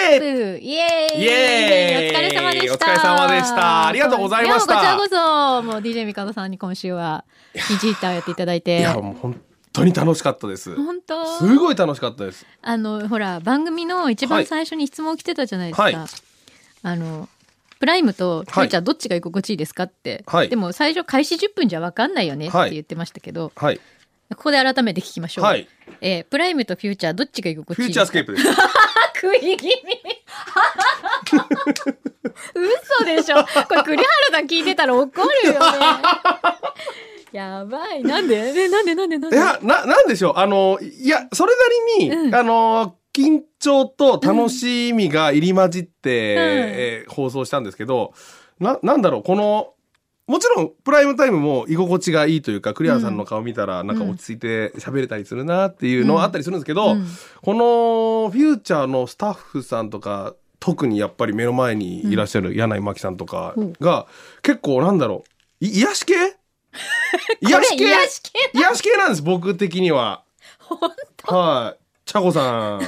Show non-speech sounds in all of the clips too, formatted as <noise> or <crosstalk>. イエーイイおエーイ疲れ様でしたお疲れ様でしたありがとうございましたやこちらこそもう DJ ミカドさんに今週はビジーターをやっていただいいてやもう本当に楽しかったです本当すごい楽しかったですあのほら番組の一番最初に質問来てたじゃないですか、はいあのプライムとフューチャーどっちが居心地いいですかって、はいでも最初開始10分じゃ分かんないよねって言ってましたけど、はいここで改めて聞きましょう、はいえープライムとフューチャーどっちが居心地フいュいーですチャーかスケープです食い気味嘘でしょこれ栗原さん聞いてたら怒るよねやばいなんでえなんでなんでなんいでやななんでしょうあのいやそれなりに、うんあの緊張と楽しみが入り混じっうて、んえー放送したんですけどななんだろうこのもちろんプライムタイムも居心地がいいというか栗原さんの顔見たらなんか落ち着いて喋れたりするなっていうのはあったりするんですけど、うんこのフューチャーのスタッフさんとか特にやっぱり目の前にいらっしゃる柳井真紀さんとかが、結構なんだろうい癒 <laughs> し系癒しこ系れ癒し系癒し系なんです僕的には本はい茶 <laughs> 子さん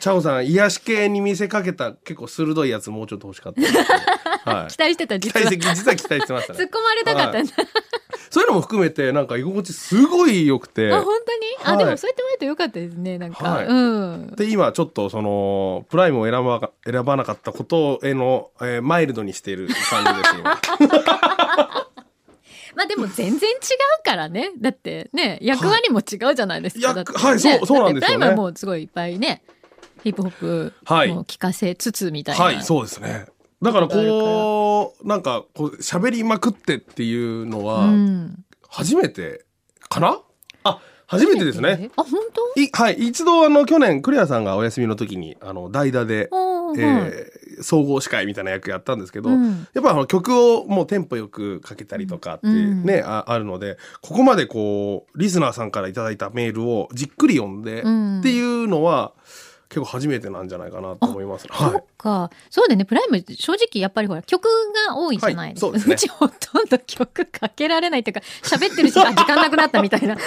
茶子さん癒し系に見せかけた結構鋭いやつもうちょっと欲しかったですけ <laughs> ど、はい、期待してた期実は待 <laughs> して実は期待し <laughs> てました突っね込まれたかったんだ、そういうのも含めてなんか居心地すごい良く <laughs> てあ本当に、あはいでもそうやってもらえるとよかったですねなんか、はいうんで今ちょっとそのプライムを選ば選ばなかったことへの、えーマイルドにしている感じですよ <laughs> まあでも全然違うからねだってね役割も違うじゃないですか、はいだって役はいそうそうなんだっですよねてプライムはもうすごいいっぱいねヒップホップはいも聞かせつつみたいな、はいそうですねだからこうなんかこう喋りまくってっていうのはうん、初めてかな、あ初めてですね。あ本当いはい一度あの去年クレアさんがお休みの時にあの代打で、おえーはいー総合司会みたいな役やったんですけど、うんやっぱあの曲をもうテンポよくかけたりとかってうんね、ああるのでここまでこうリスナーさんからいただいたメールをじっくり読んで、うんっていうのは結構初めてなんじゃないかなと思います。そ <laughs> はっかそうだよねプライム正直やっぱりほら曲が多いじゃないですか、はいそうです <laughs> ねちほとんど曲かけられないっていうか喋ってる時間時間なくなったみたいな感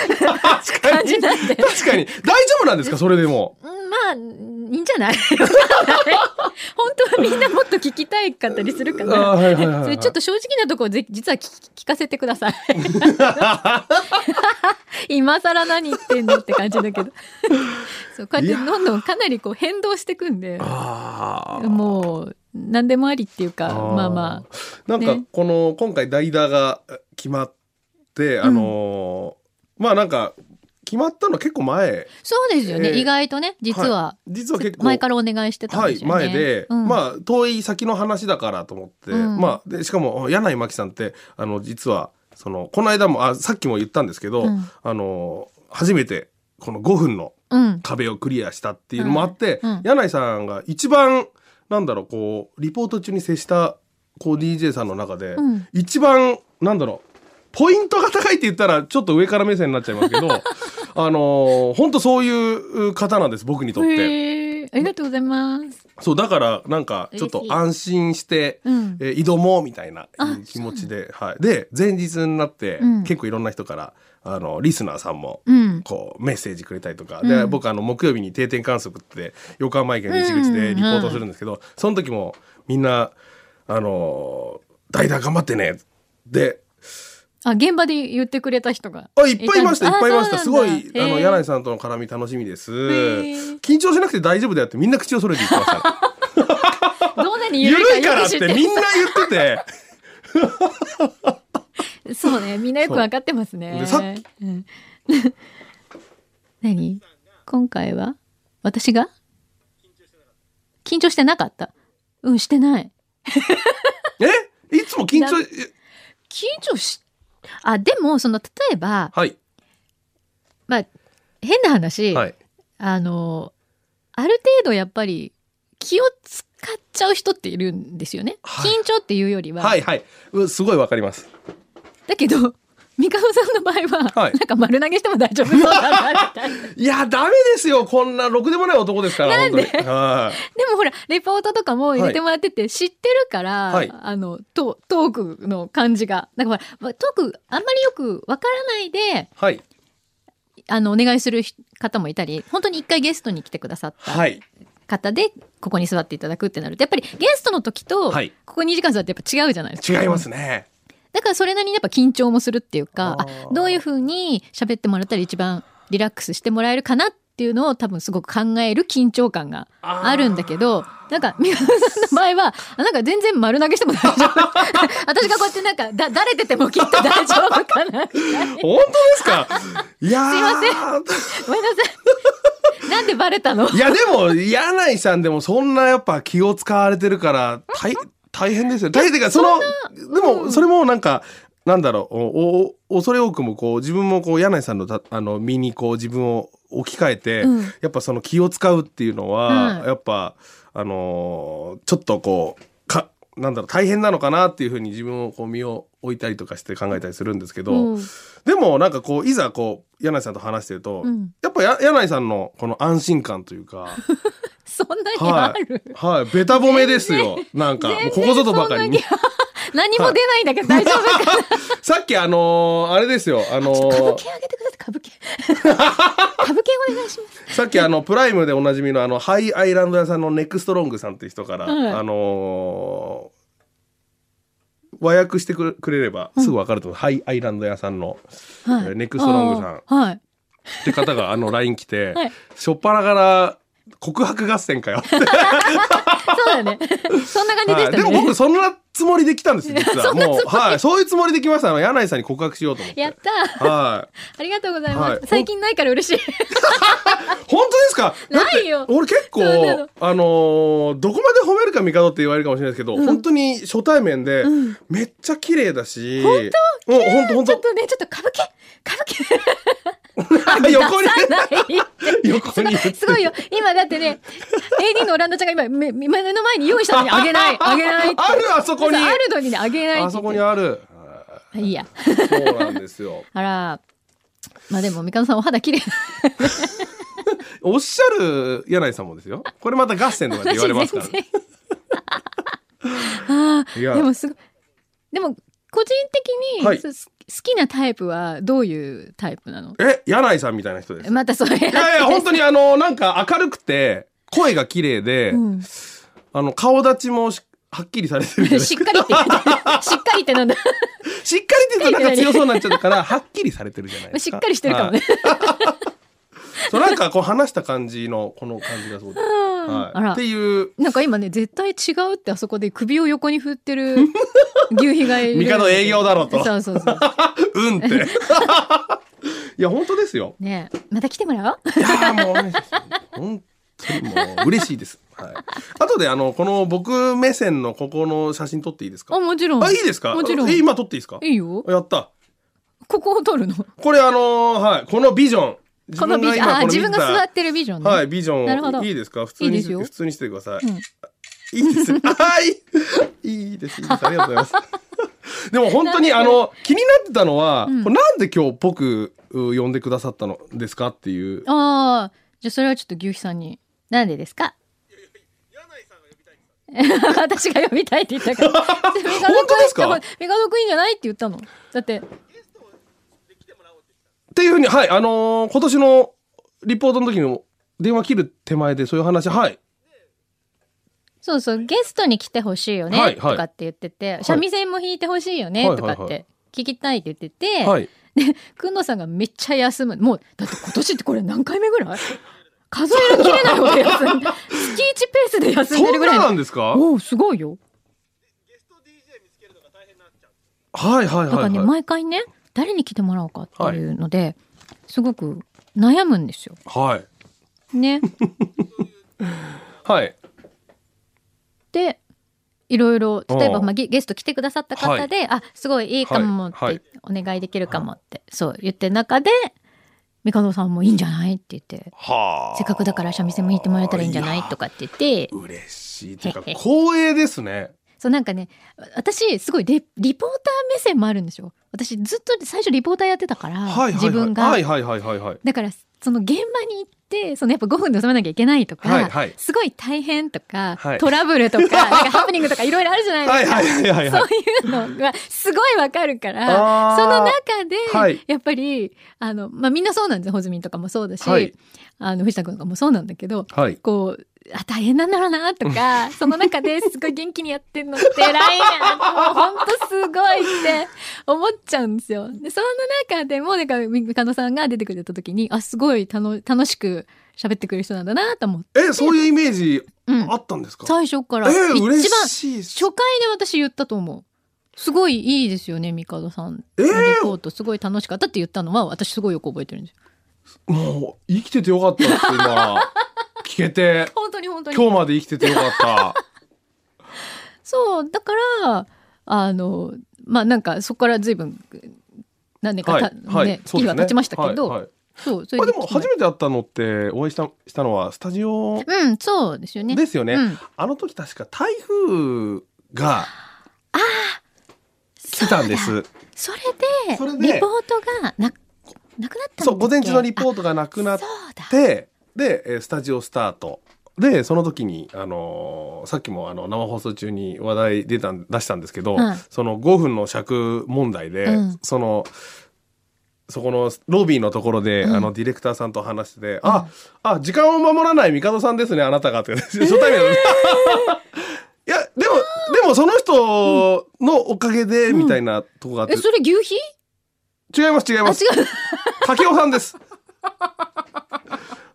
じなん <laughs> でい、確かに大丈夫なんですかそれ <laughs> でも。うんまあ、いいんじゃない <laughs> 本当はみんなもっと聞きたいかったりするかあら。ーはいはいはいはいそれちょっと正直なところぜ実は聞き聞かせてくださ <laughs> い。今更何言ってんのって感じだ <laughs> けど。そうこうやってどんどんかなりこう変動してくんで、あーもう何でもありっていうか、あーまあまあ。なんかねこの今回代打が決まって、あのーまあなんか決まったの結構前そうですよね、えー意外とね、実は。実は結構前からお願いしてたんはでいすよね。前で、うんまあ遠い先の話だからと思って、うんまあでしかも柳井真紀さんってあの実はそのこの間もあさっきも言ったんですけど、うんあの初めてこの5分のうん。壁をクリアしたっていうのもあって、うんうん柳井さんが一番なんだろうこうリポート中に接したこう DJ さんの中で、うん一番なんだろうポイントが高いって言ったらちょっと上から目線になっちゃいますけど <laughs> あの本当そういう方なんです僕にとって。へーありがとうございます。そうだからなんかちょっと嬉しい安心して、うんえー挑もうみたいなあ気持ちで、はい、で前日になって、うん結構いろんな人からあのリスナーさんもうん。こうメッセージくれたりとか、うでん僕あの木曜日に定点観測って横浜駅の西口でリポートするんですけど、その時もみんな「あのー代打頑張ってね」であ、現場で言ってくれた人が。あいっぱいいましたいっぱいいましたすごいあの柳井ささんとの絡み楽しみですー緊張しなくて大丈夫だよってみんな口をそれて言ってました、ね、ん。どんなに緩緩 <laughs> いいかかららっって <laughs> てみんな言って <laughs> て。そうね、みんなよくわかってますねで。さっうん <laughs> 何今回は私が緊張してなかった。うん、してない。えいつも緊張え緊張し、あ、でも、その、例えば、はいまあ、変な話、はいあの、ある程度やっぱり気を使っちゃう人っているんですよね。はい緊張っていうよりは、はいはいうんすごいわかりますだけど、三河さんの場合は、はいなんか丸投げしても大丈夫そうだな、みたいな。いやダメですよこんなろくでもない男ですから本当にはいでもほら、レポートとかも入れてもらってて、知ってるから、はいあの、トトークの感じが。だからほら、トーク、あんまりよくわからないで、はいあの、お願いする人方もいたり、本当に一回ゲストに来てくださったはい方でここに座っていただくってなるとやっぱりゲストの時とこはいこ2時間座ってやっぱ違うじゃないですか。違います <laughs> ね。だからそれなりにやっぱ緊張もするっていうかああーどういうふうに喋ってもらったら一番リラックスしてもらえるかなっていうのを多分すごく考える緊張感があるんだけどなんか美輪さんの場合はあなんか全然丸投げしても大丈夫 <laughs> 私がこうやってなんかだだれててもきっと大丈夫かなみたいな本当 <laughs> ですかいやごーめんなさいなんでバレたのいやでも柳井さんでもそんなやっぱ気を使われてるから大大変ですよ。大変っていうかそのでもそれもなんか。なんだろうおお恐れ多くもこう自分もこう柳井さんのたあの身にこう自分を置き換えて、うんやっぱその気を使うっていうのは、うんやっぱあのーちょっとこうかなんだろう大変なのかなっていうふうに自分をこう身を置いたりとかして考えたりするんですけど、うんでもなんかこういざこう柳井さんと話してると、うんやっぱや柳井さんのこの安心感というか <laughs> そんなにあはる、い、はい、ベタ褒めですよなんかもうここぞとばかり全然にそんなに <laughs> 何も出ないんだけど大丈夫かな、さっきあのーあれですよあの歌舞ー伎あげてください歌舞伎 <laughs> 歌舞伎お願いしますさっきあのプライムでおなじみのあのハイアイランド屋さんのネクストロングさんっていう人から、はいあのー和訳してくれくれればすぐ分かると思う、ハイアイランド屋さんのはネクストロングさんあーはい。って方があの LINE 来て、 <laughs> はいしょっぱなから告白合戦 <laughs> かよってそうだよね。 <laughs> そんな感じではしい、たでね。も僕そんなつもりで来たんです <laughs> よ実はそんなつももりう、はい、そういうつもりで来ましたあの柳井さんに告白しようと思ってやったー。はいありがとうございます。はい最近ないから嬉しい。本当ですかだってないよ俺結構そうなのあのーどこまで褒めるか帝って言われるかもしれないですけど、本当に初対面で、んめっちゃ綺麗だし本当うん本当本ちょっ当とね、ちょっと歌舞伎歌舞 <laughs> 横に伎 <laughs> ない横にすごいよ。今だってね、AD のオランダちゃんが今、め目の前に用意したのにあげない、あげないって。 <laughs> あるあそこにそうあるのにね、あげないって言って。あそこにあるいいや。そうなんですよ <laughs> あら。まあでも、三笠さんお肌綺麗。おっしゃる柳井さんもですよこれまた合戦とかって言われますから、全然。あいやあ、でもすごい。でも、個人的に、はいす好きなタイプはどういうタイプなのえ柳井さんみたいな人ですまたそれやっいやいや、本当にあの、なんか明るくて、声が綺麗で、うんあの、顔立ちもしはっきりされてるじゃないしっかりって言 <laughs> ってしっかりってなんだ。しっかりって言うとなんか強そうになっちゃったから、はっきりされてるじゃないですしか。っかりしてるかもね。はい。そう、なんかこう話した感じの、この感じがそうです。あはい。らっていう、なんか今ね、絶対違うってあそこで首を横に振ってる牛皮がいる。ミカの営業だろうとそうそうそう。うん <laughs> って。いや、本当ですよ。ねえまた来てもらおう。いやーもうね、本当にもう嬉しいです。はい。あとで、あの、この僕目線のここの写真撮っていいですかあ、もちろん。あ、いいですかもちろん。えい今撮っていいですかいよ。やった。ここを撮るの。ここれあのーはい、このビジョン。のビジョン。あ、自分が座座ってるビジョンね。はい、ビジなるほョン。どいいですか普通にいいですよ普通にしてください。うんいいです。 <laughs> はい。いいです。いいです。ありがとうござい <laughs> ます。でも本当にあの、気になってたのは、んこれなんで今日僕、う呼んでくださったのですかっていう。ああ、じゃあそれはちょっと牛皮さんに。なんでですか <laughs> 私が呼びたいって言ったから。本本当ですかメガドクイーンじゃないって言ったの。だって、っていうふうに、はい、あのー今年のリポートの時にも電話切る手前でそういう話、はい。そうそう、ゲストに来てほしいよね、はいはいとかって言ってて、三味線も弾いてほしいよね、はいとかはっいはいて聞きたいって言ってて、はい。で、くんのさんがめっちゃ休む。もう、だって今年ってこれ何回目ぐらい <laughs> 数えるきれないほど休んで、 <laughs> 月1ペースで休んでそるんぐらないのなんですかおお、すごいよ。はいはいだかはらいね、はい。毎回ね、誰に来てもらおうかっていうので、すごく悩むんですよ。はい。 <laughs> ね。はい。で、いろいろ、例えば、うんまあ、ゲゲスト来てくださった方で、あ、すごいいいかもって、はいお願いできるかもって、そう言ってる中で、ミカドさんもいいんじゃないって言って、はあ。せっかくだから三味線も弾いてもらえたらいいんじゃないやとかって言って、嬉しいというかへへ光栄ですね。そうなんかね、私、すごいリリポーター目線もあるんですよ。私、ずっと最初リポーターやってたから、はいはいはい、自分が。はいはいはいはいはい。だからその現場に行ってそのやっぱ5分で収めなきゃいけないとか、はいはいすごい大変とか、はいトラブルとかなんかハプニングとかいろいろあるじゃないですはいか。はいはいはいはい。そういうのがすごいわかるから。あーその中で、はいやっぱり、あの、まあ、みんなそうなんですよ。ホズミンとかもそうだし、はいあの、藤田君とかもそうなんだけど、はい。こう、あ大変なんだろうなと <laughs> かその中ですごい元気にやってんのって偉いなもうほんとすごいって思っちゃうんですよ。でその中でもだから加野さんが出てくれた時にあすごい楽楽しく喋ってくれる人なんだなと思って、えそういうイメージうんあ、ったんですか、最初からえ一ー、番嬉初しいです回で私言ったと思う。すごいいいですよね、ミカドさん。えーリポートすごい楽しかったって言ったのは私すごいよく覚えてるんですよ。もう生きててよかったって <laughs> 今聞けて本当に本当に。今日まで生きててよかったそうだからあのまあなんかそこから随分何 <laughs> 年かた、ねそう日ではす経ちましたけど、はいはいそうそまあ、れででも初めて会ったのってお会いしたしたのはスタジオうんそうですよね。ですよね、うん、あの時確か台風が来たんですそれでそれでリポートがななくなったんだっけそう午前中のリポートトがなくなっそうだてでえースタジオスタートでその時に、あのーさっきもあの生放送中に話題出たん出したんですけど、はいその5分の尺問題で、うんそのそこのロビーのところで、うんあのディレクターさんと話してて「ああ時間を守らない帝さんですねあなたが」って <laughs> 初対面だった <laughs> いやでもでもその人のおかげで、うんみたいなとこがあって、えそれ牛皮違います違いあ違ますう竹雄さんです。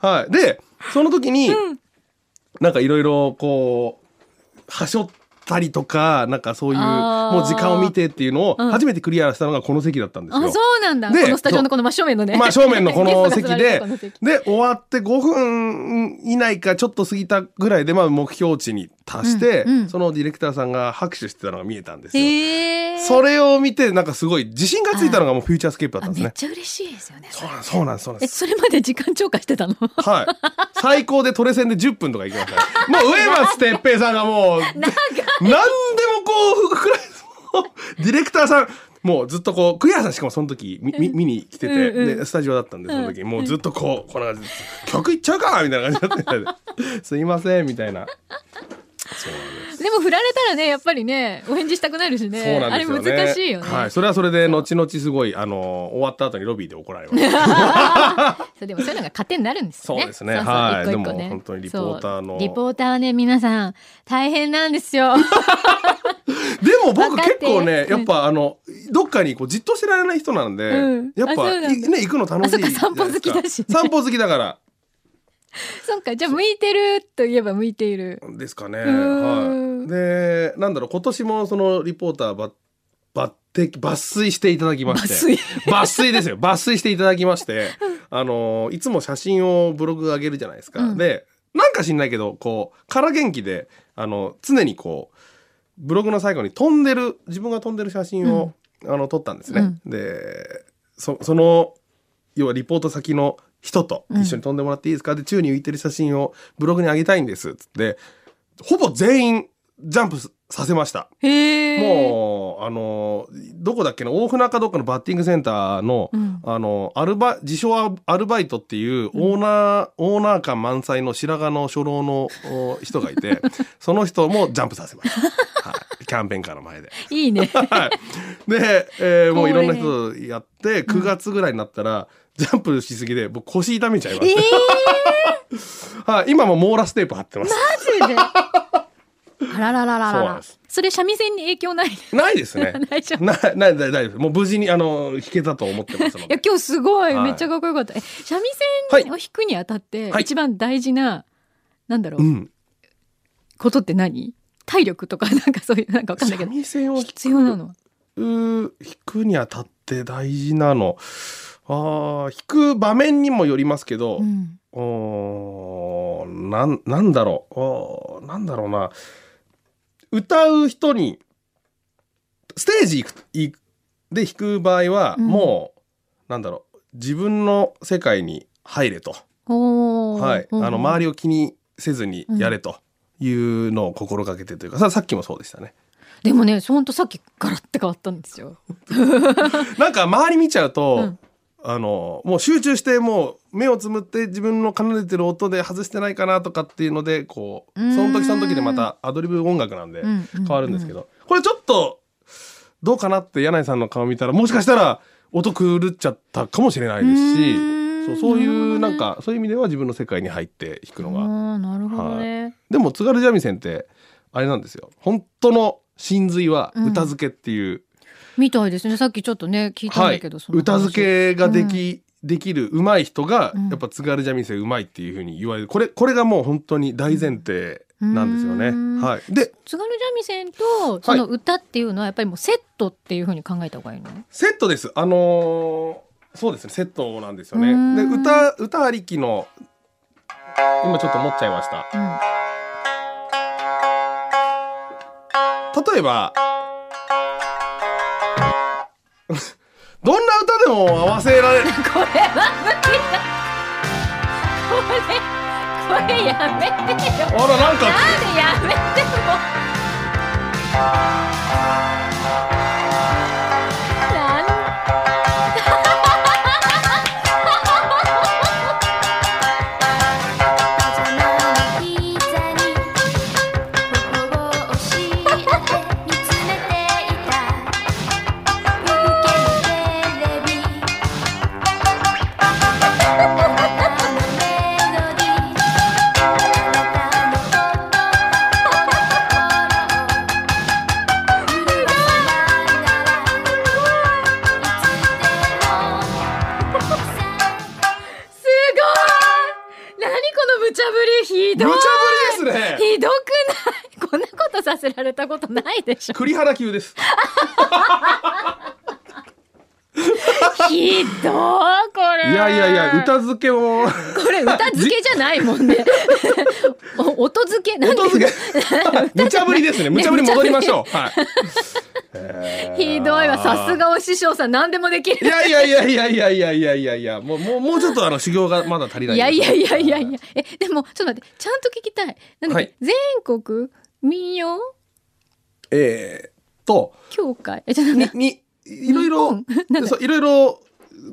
はい。で、その時に、なんかいろいろこう、はしょったりとか、なんかそういう、あーもう時間を見てっていうのをうん初めてクリアしたのがこの席だったんですよ。あそうなんだこでのスタジオのこの真正面のね真正 <laughs> 面のこのゲ席ストがで座るとこの席、で、終わって5分以内かちょっと過ぎたぐらいで、まあ目標値に達して、うんうんそのディレクターさんが拍手してたのが見えたんですよ。へーそれを見て、なんかすごい自信がついたのがもうフューチャースケープだったあんですめっね。ちゃ嬉しいですよねそうなんです、そうなんです、そうなんですえ。それまで時間超過してたのはい。最高でトレセンで10分とか行きましたね。もう上松哲平さんがもう、何でもこう、ふくらディレクターさん、もうずっとこう、クリアさんしかもその時みみ見に来てて、うんうんで、スタジオだったんで、その時、もうずっとこう、こんな感じで、曲行っちゃうかみたいな感じになってて、 <laughs> すいません、みたいな。そうなんです。でも振られたらねやっぱりねお返事したくなるしねそうなんですよね。あれ難しいよね、はい。それはそれで、後々すごい、あの、終わった後にロビーで怒られました。そうでもそういうのが糧になるんですよね。そうですねそそ一はい個一個でも本当にリポーターのそうリポーターはね皆さん大変なんです <laughs> よ。でも僕分かって結構ねうんやっぱあのどっかにこうじっとしてられない人なんで、うんやっあぱそうなんいだね行くの楽しいあそっか散歩好きだしねじゃないですか散歩好きだからそっかじゃあ向いてるといえば向いている。ですかね。うーはんい、でなんだろう今年もそのリポーターば抜擢抜粋していただきまして抜粋抜粋ですよ抜粋していただきま <laughs> してあのいつも写真をブログ上げるじゃないですか。うんでなんか知んないけどこうから元気であの常にこうブログの最後に飛んでる自分が飛んでる写真を、あの撮ったんですね。でそその要はリポート先の人と一緒に飛んでもらっていいですか、で宙に浮いてる写真をブログに上げたいんですっつってほぼ全員ジャンプさせました。へえ。もうあのどこだっけな大船かどっかのバッティングセンターの、うんあのアルバ自称アルバイトっていうオーナー、オーナー感満載の白髪の初老のお人が <laughs> いてその人もジャンプさせました、はい、キャンペーンカーの前で。いい <laughs> ね。はい、で、えーもういろんな人とやってうん9月ぐらいになったら、ジャンプしすぎで僕腰痛めちゃいまええす、はい、今も網羅ステープ貼ってますマジで。あ <laughs> ららららそらうなんらです。それ三味線に影響ない。 <laughs> ないですね大丈夫なない大丈夫ですもう無事にあの弾けたと思ってますのいやで今日すごい、はいめっちゃかっこよかった。え三味はい線を弾くにあたって、はい一番大事ななんだろう、うんことって何？体力とかなん <laughs> かそういうなんかわかんないけ三ど味線を弾必要なの。く弾くにあたって大事なのあー弾く場面にもよりますけど、うん。おーなんなんだろうおーなんだろうな歌う人にステージ行く行くで弾く場合はうんもう、なんだろう自分の世界に入れと、おーはい、あの周りりを気にせずにやれというのを心がけてというかささっきもそうでしたね。でもねほんとさっきガラッて変わったんですよ。なんか周り見ちゃうと、うんあのもう集中してもう目をつむって自分の奏でてる音で外してないかなとかっていうのでこううーんその時その時でまたアドリブ音楽なんでうんうんうん変わるんですけど、これちょっとどうかなって柳井さんの顔見たらもしかしたら音狂っちゃったかもしれないですしうーんそうそういうななるほどねんかそういう意味では自分の世界に入って弾くのがあーなるほどね。でも津軽三味線ってあれなんですよ本当の真髄は歌付けっていう、みたいですね。さっきちょっとね聞いたんはだいけど、その話歌付けができ、できる上手い人がうんやっぱ津軽三味線上手いっていうふうに言われるこれこれがもう本当に大前提なんですよね。うんはい、で津軽三味線とその歌っていうのはやっぱりもうセットっていうふうに考えた方がいいの。セットです。あのーそうですね、セットなんですよねうー。んで、歌、歌ありきの。今ちょっと持っちゃいました。うん例えば。 <laughs> どんな歌でも合わせられる。これは無理だこれこれやめてよあら、なんか。なんでやめてもなんすごい何この無茶ぶりひ無ど茶いぶりですね。ひどくないこんなことさせられたことないで <laughs> しょ栗原級です。ひどいこれいやいやいや、歌付けも。これ歌付けじゃないもん <laughs> ねお音付けなんて音付け。 <laughs> 無茶ぶりですね。無茶ぶり戻りましょう。はい。 <laughs> ひどいわさすがお師匠さん何でもできいるやいやいやいやいやいやいやいやいや、もう、もう、もうちょっとあの修行がまだ足りない。いやいやいやいやいやえでもちょっと待ってちゃんと聞きたいなんだっけ、はい全国民謡えー、っと、協会えじゃなんだに、にいろいろ、そういろいろ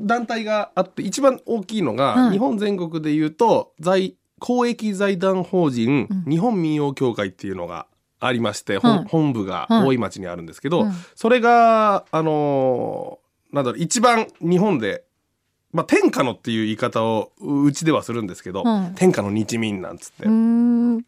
団体があって、一番大きいのが、はい日本全国でいうと、在、公益財団法人、うん日本民謡協会っていうのがありまして、ほんはい本部がはい大井町にあるんですけうど、んそれが、あのーなんだろう、一番日本で、まあ、天下のっていう言い方をううちではするんですけど、はい天下の日民なんつって、うーん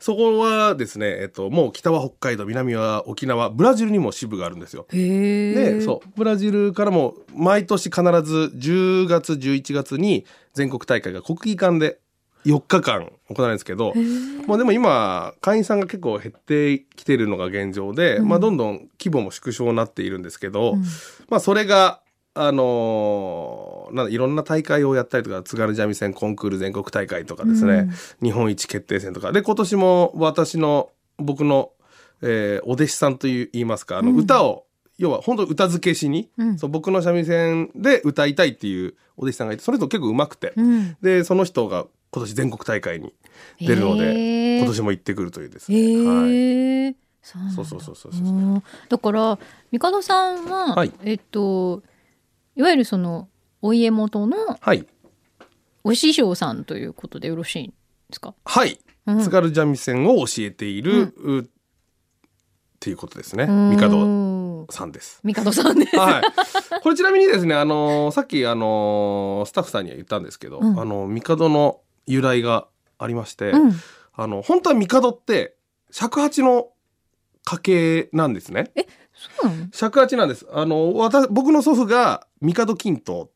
そこはですね、えっと、もう北は北海道南は沖縄ブラジルにも支部があるんですよ。へえでそうブラジルからも毎年必ず10月11月に全国大会が国技館で4日間行われるんですけど、まあ、でも今会員さんが結構減ってきてるのが現状で、うんまあ、どんどん規模も縮小になっているんですけど、うんまあ、それが、あのーなんだいろんな大会をやったりとか津軽三味線コンクール全国大会とかですね、日本一決定戦とかで今年も私の僕の、えーお弟子さんという言いますかあのうん歌を、要は本当歌付けしに、うんそう僕の三味線で歌いたいっていうお弟子さんがいてそれと結構うまくて、うんでその人が今年全国大会に出るので、へえ今年も行ってくるというですへね。はいえそうなんだそうそうそうそうそううんだから帝さんは、はいえっといわゆるそのお家元のはい、お師匠さんということでよろしいんですか、はいうん津軽三味線を教えている、うっていうことですね帝うんさんです。帝さんです、はい、これちなみにですね、あのーさっき、あのースタッフさんには言ったんですけど、うんあの帝の由来がありまして、うん、あの本当は帝って尺八の家系なんですねそうなの尺八なんですあの私僕の祖父が帝金刀っ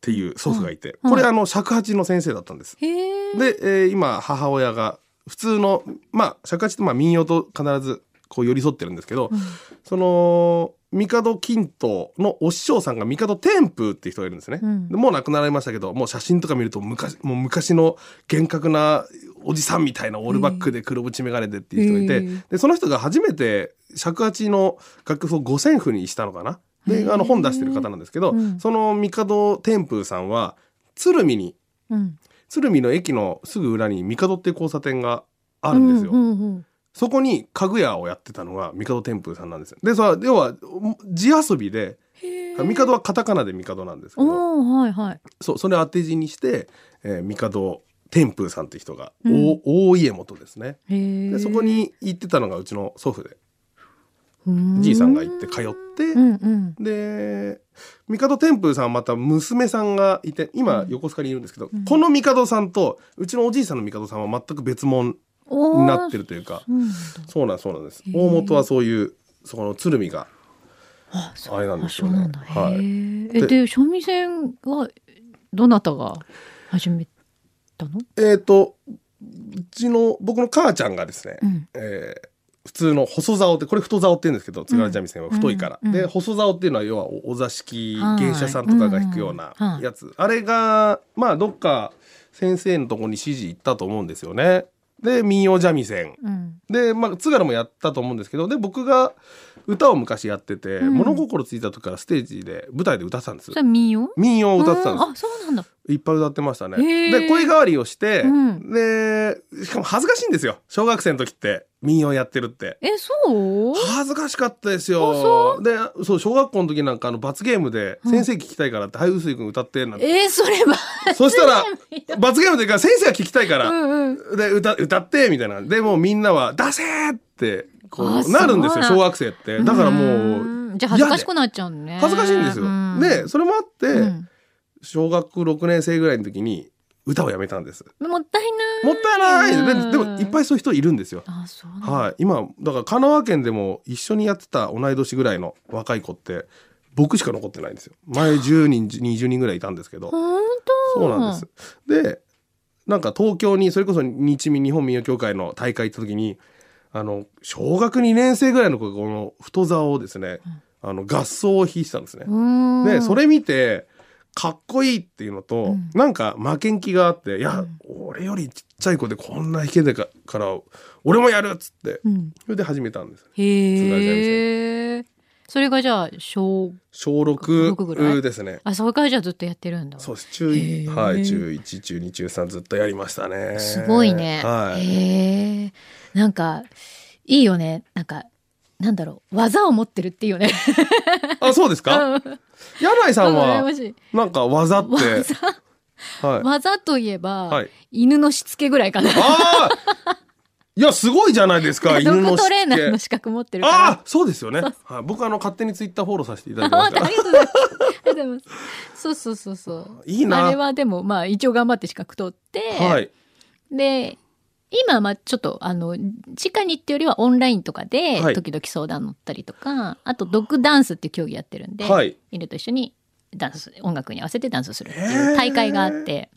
ていう祖父がいて、うんこれ、うんあの尺八の先生だったんです。へえで、えー今母親が普通のまあ尺八ってまあ民謡と必ずこう寄り添ってるんですけど、うんその帝金刀のお師匠さんが帝天風っていう人がいるんですね、うんでもう亡くなられましたけどもう写真とか見ると昔もう昔の厳格なおじさんみたいなオールバックで黒縁眼鏡でっていう人がいて、へえでその人が初めて尺八の楽譜を五線譜にしたのかなへえであの本出してる方なんですけど、うんその帝天風さんは鶴見にうん鶴見の駅のすぐ裏に帝っていう交差点があるんですよ。うんうんうんそこに家具屋をやってたのが帝天風さんなんですよでさ要は字遊びでへえ帝はカタカナで帝なんですけどおーはいはいそうそれを当て字にして、えー、帝天風さんって人が、うんお大家元ですねへえでそこに行ってたのがうちの祖父でじいさんがう行って通って、うんうんで帝天風さんはまた娘さんがいて今うん横須賀にいるんですけど、うんこの帝さんとうちのおじいさんの帝さんは全く別物おーになってるというかそうなんだそうなんそうなんですへー大元はそういうそこの鶴見があそうあれなんですよあねそうなんだはいへーえでで三味線はどなたが始めたのえっ、とうちの僕の母ちゃんがですね、うんえー普通の細竿ってこれ太竿って言うんですけど津軽三味線は太いから、うんうんで細竿っていうのは要はおお座敷はい芸者さんとかが弾くようなうんうんはいやつ、あれがまあどっか先生のとこに指示行ったと思うんですよね。で民謡三味線うんで、まあ、津軽もやったと思うんですけどで僕が歌を昔やってて、うん物心ついた時からステージで舞台で歌ってたんですそれは民謡民謡を歌ってたんですうんあそうなんだいっぱい歌ってましたね。へーで声変わりをして、うんでしかも恥ずかしいんですよ小学生の時って民謡やってるって。えそう恥ずかしかったですあよ。で、そう、小学校の時なんかあの罰ゲームで、うん先生聞きたいからって、はい、臼井君歌って、なんて。えーそれは <laughs> そしたら、う罰ゲームでか先生が聞きたいから、んうんで、歌、歌って、みたいな。で、もうみんなは、出せーって、こあう、そうなるんですよ、な小学生って。だからもう、うーんじゃあ恥ずかしくなっちゃうね恥ずかしいんですよ。で、それもあって、うん小学6年生ぐらいの時に、歌をやめたんです。うんもったいないもったいないうんででも、いっぱいそういう人いるんですよ。あそうなんだはい、今だから神奈川県でも一緒にやってた同い年ぐらいの若い子って僕しか残ってないんですよ前10人20人ぐらいいたんですけど本当そうなんですでなんか東京にそれこそ日民日本民謡協会の大会行った時にあの小学2年生ぐらいの子がこの太竿をですね、あの合奏を弾いてたんですねう、ーんでそれ見てかっこいいっていうのと、うんなんか負けん気があっていや、うん俺よりちっちゃい子でこんな弾けてかから俺もやるっつってうんそれで始めたんですへえそれがじゃあ小小六六ぐらいですね。あそれからじゃあずっとやってるんだそうです。中へ一、ーはい、中一、中二、中三ずっとやりましたね。すごいね。はい。へえ。なんか、いいよね。なんか、なんだろう。技を持ってるっていいよね。あ、そうですか。うん柳井 <laughs> さんうん羨はま、しいなんか技って、技、は技といえい。ば、はい。犬のしつけぐらいかな。ああ。 <laughs> いや、すごいじゃないで <laughs> すか。ド犬ッのグしトレーナーのつ資格持ってけ。るから。ああ、そうですよね。はい、僕、あの、勝手にツイッターフォローさせていただきあまあしりがとた。うございます。ありがとうございます。 <laughs> そうそうそうそう。いいなあれはでも、まあ、一応頑張って資格取って、はい。で今はまあちょっとあの直にってよりはオンラインとかではい時々相談乗ったりとか、あとドッグダンスっていう競技やってるんで、はい犬と一緒にダンス音楽に合わせてダンスするってへいーう大会があって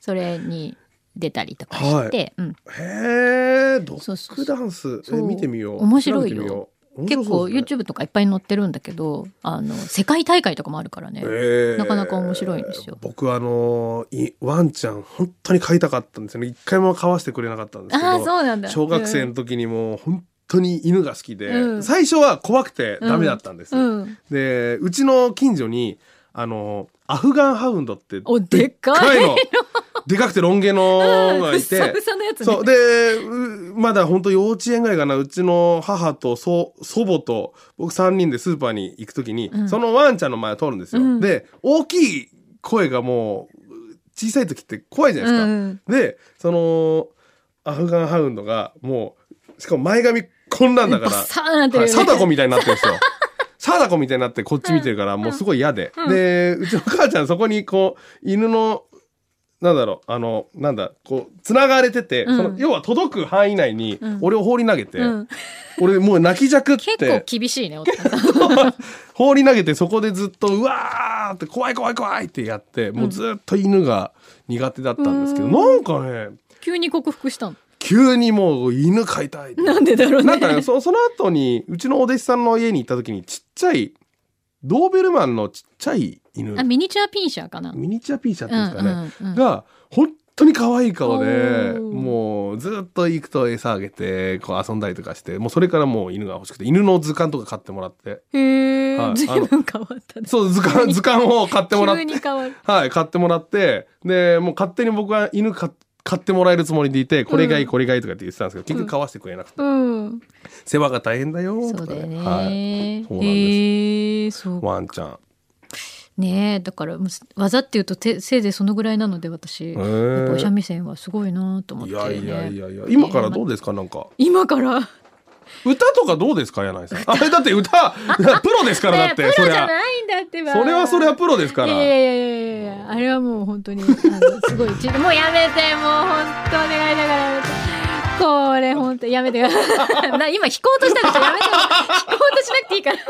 それに出たりとかして、うん、へえ、ドそうッそグうダンス、えそう見てみよう。面白いよ調べてみよう。面結白そ構うですね YouTube とかいっぱい載ってるんだけどあの世界大会とかもあるからね。えーなかなか面白いんですよ僕あのいワンちゃん本当に飼いたかったんですよね一回も飼わせてくれなかったんですけああどそうなんだ小学生の時にもう本当に犬が好きで、うん最初は怖くてダメだったんです、うん、うんでうちの近所にあのアフガンハウンドっておでっかい <laughs> でのでかくてロン毛のがいて、うんふっさふさのやつねそうでうまだ本当幼稚園ぐらいかなうちの母と祖祖母と僕3人でスーパーに行く時に、うんそのワンちゃんの前を通るんですよ、うんで大きい声がもう小さい時って怖いじゃないですか、うんでそのアフガンハウンドがもうしかも前髪こんなんだかバらッサーなってるはい、よね貞子みたいになってるんです <laughs> よ。貞子みたいになってこっち見てるから、もうすごい嫌で。で、うちの母ちゃんそこにこう、犬の、なんだろう、あの、なんだ、こう、繋がれてて、うんその、要は届く範囲内にうん、俺を放り投げて、うん俺もう泣きじゃくっ結構て、厳しいねお父さん <laughs> 放り投げてそこでずっと、うわーって怖い怖い怖いってやって、もうずっと犬が苦手だったんですけど、うんなんかね、急に克服したの急にもう犬飼いたいってなんでだろうねなんかね <laughs> そその後にうちのお弟子さんの家に行った時にちっちゃいドーベルマンのちっちゃい犬あミニチュアピンシャーかな。ミニチュアピーシャっていうんですかね、うんうんうんが本当に可愛い顔でおーもうずっと行くと餌あげてこう遊んだりとかしてもうそれからもう犬が欲しくて犬の図鑑とか買ってもらってへえ、はい随分変わったね。そう図急鑑に図鑑を買ってもらっ急にて変わる。はい買ってもらってでもう勝手に僕は犬か買ってもらえるつもりでいてこれがいいこれがいいとかって言ってたんですけど、結局買わせてくれなくて、うん。世話が大変だよそとうかだよねね。はいそうなんですへえ、そう。ワンちゃん。ねえ、だからむす技っていうとてせいぜいそのぐらいなので私、やっぱお三味線はすごいなと思っいて、ね。やいやいやいや、今からどうですか、なんか。今から歌とかどうですか柳 <laughs> 井さんあれだって歌プロですからだっねてえプそロりじゃゃないんだってばそれはそれはプロですかいらやいやいやいやいやあれはもう本当にあのすごいちもうやめてもう本当お願いだからやめてこれ本当やめて <laughs> な今弾こうとしたでしょやめてもう弾こうとしなくていいからも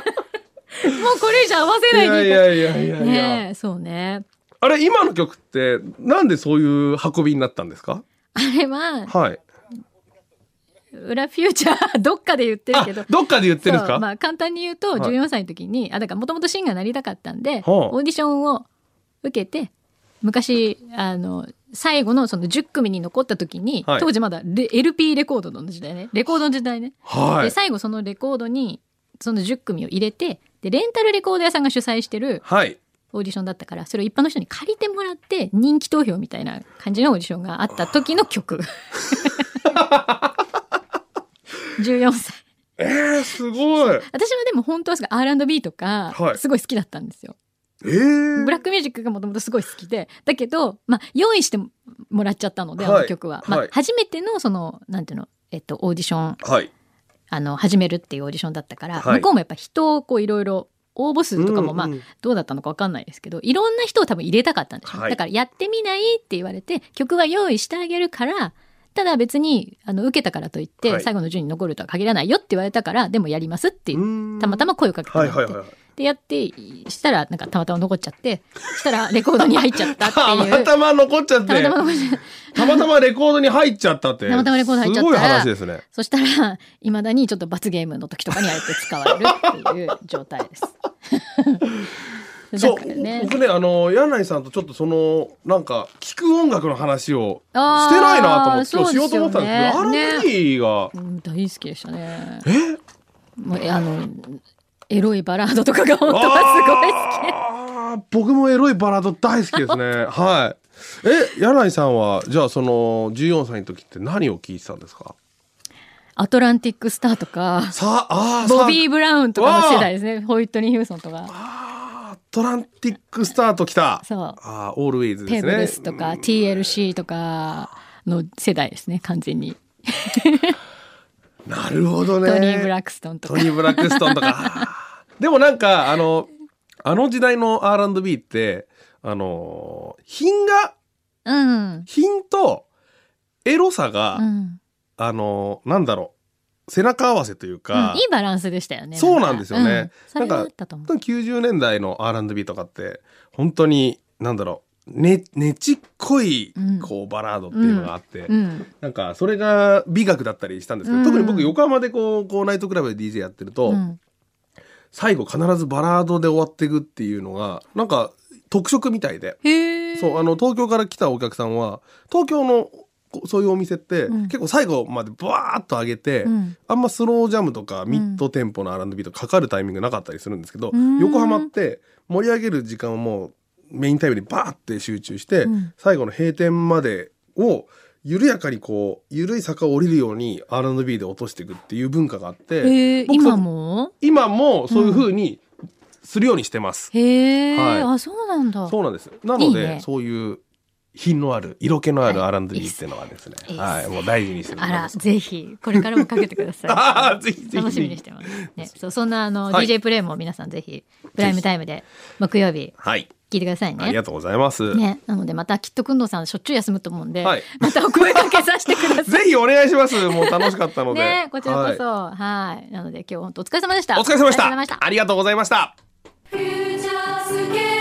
うこれ以上合わせないでいいからいやいやいやいやいやねえそうねあれ今の曲ってなんでそういう運びになったんですかあれははい裏フューチャーどっかで言ってるあけどどっかで言ってるんですそかうまあ簡単に言うとい14歳の時に、あだからもともとシンガーになりたかったんで、はあオーディションを受けて昔あの最後のその10組に残った時に、はい当時まだレ LP レコードの時代ねレコードの時代ね、はでい最後そのレコードにその10組を入れてでレンタルレコード屋さんが主催してるはいオーディションだったからそれを一般の人に借りてもらって人気投票みたいな感じのオーディションがあった時の <laughs> 曲14歳えー、すごい私はでも本当はすごい R&B とかはいすごい好きだったんですよ。えーブラックミュージックがもともとすごい好きでだけど、まあ、用意してもらっちゃったので、はいあの曲は、まあはい初めてのそのなんていうの、えっと、オーディションはいあの始めるっていうオーディションだったから、は向いこうもやっぱ人をこういろいろ応募数とかもまあうんうんどうだったのかわかんないですけどいろんな人を多分入れたかったんでしょう、はいだからやってみないって言われて曲は用意してあげるからただ別にあの受けたからといって、はい最後の順位に残るとは限らないよって言われたからでもやりますってたまたまま声をかけてもはらいって、はいはいはいでやってしたらなんかたまたま残っちゃってしたらレコードに入っちゃったっ <laughs> て <laughs> たいうまたま残っちゃってたまたま残っちゃったたまたまレコードに入っちゃったっ <laughs> て。たまたまレコード入っちゃったすごい話ですね。そしたらいまだにちょっと罰ゲームの時とかにああやって使われるっていう状態です <laughs> そ <laughs> うだから、ね僕ね、あの、柳井さんとちょっとその、なんか、聞く音楽の話をしてあーないなと思って、今日しようとそ思うっですたよんねですけど、R&B が、 <laughs> うん大好きでしたねえもうえあのエロいバラードとかが本当はすごい好きあー僕もエロいバラード大好きですね。 <laughs> はい。え、柳井さんは、じゃあその、14歳の時って何を聞いてたんですかアトランティックスターとかさあ、あーさボビー・ブラウンとかの世代ですねホイットニー・ヒューソンとかあーアトランティックスタート来た。そうあーオールウェイズでテーすブね。ルスとか TLC とかの世代ですね完全になるほどね。トニー・ブラックストンとトかニー・ブラックストン <laughs> とか。でもなんか、あの、あの時代の R&B って、あの、品が、うん、品とエロさが、うんあの、なんだろう、背中合わせというか、うんいいバランスでしたよねそうなんですよねうんそれはなあんっかたと思う本当に90年代の R&B とかって、本当に、なんだろう、ね、ねちっこい、うんこう、バラードっていうのがあって、うんなんか、それが美学だったりしたんですけど、うん特に僕、横浜でこう、こう、ナイトクラブで DJ やってると、うん最後必ずバラードで終わっていくっていうのがなんか特色みたいで、へえそうあの東京から来たお客さんは東京のこそういうお店って、うん結構最後までバーッと上げて、うんあんまスロージャムとかミッドテンポの R&B とかかかるタイミングなかったりするんですけど、うん横浜って盛り上げる時間をもうメインタイムにバーって集中して、うん最後の閉店までを緩やかにこう緩い坂を降りるように R&B で落としていくっていう文化があって。へえ僕今も今もそういう風にするようにしてます。へえ、はいあそうなんだそうなんです。なのでいいねそういう品のある色気のあるはい R&B っていうのはですね、いいっすはい、もう大事にしてるとあ思いまらす。ぜひこれからもかけてくだ <laughs> あさーぜひぜひい楽しみにしてますねそうそんなあの、はい DJ プレイも皆さんぜひプライムタイムで木曜日はい、聞いてくださいあねりがとうございます。ね、なのでまたきっとくんどうさんしょっちゅう休むと思うんで、はいまたお声かけさせてく <laughs> ださいぜひお願いします。もう楽しかったの <laughs> で、ね、こちらこそ、ははい、なので今日本当お疲れ様でした。いお疲れ様でしありがとうございましたた。ありがとうございました。 「フューチャースケープ」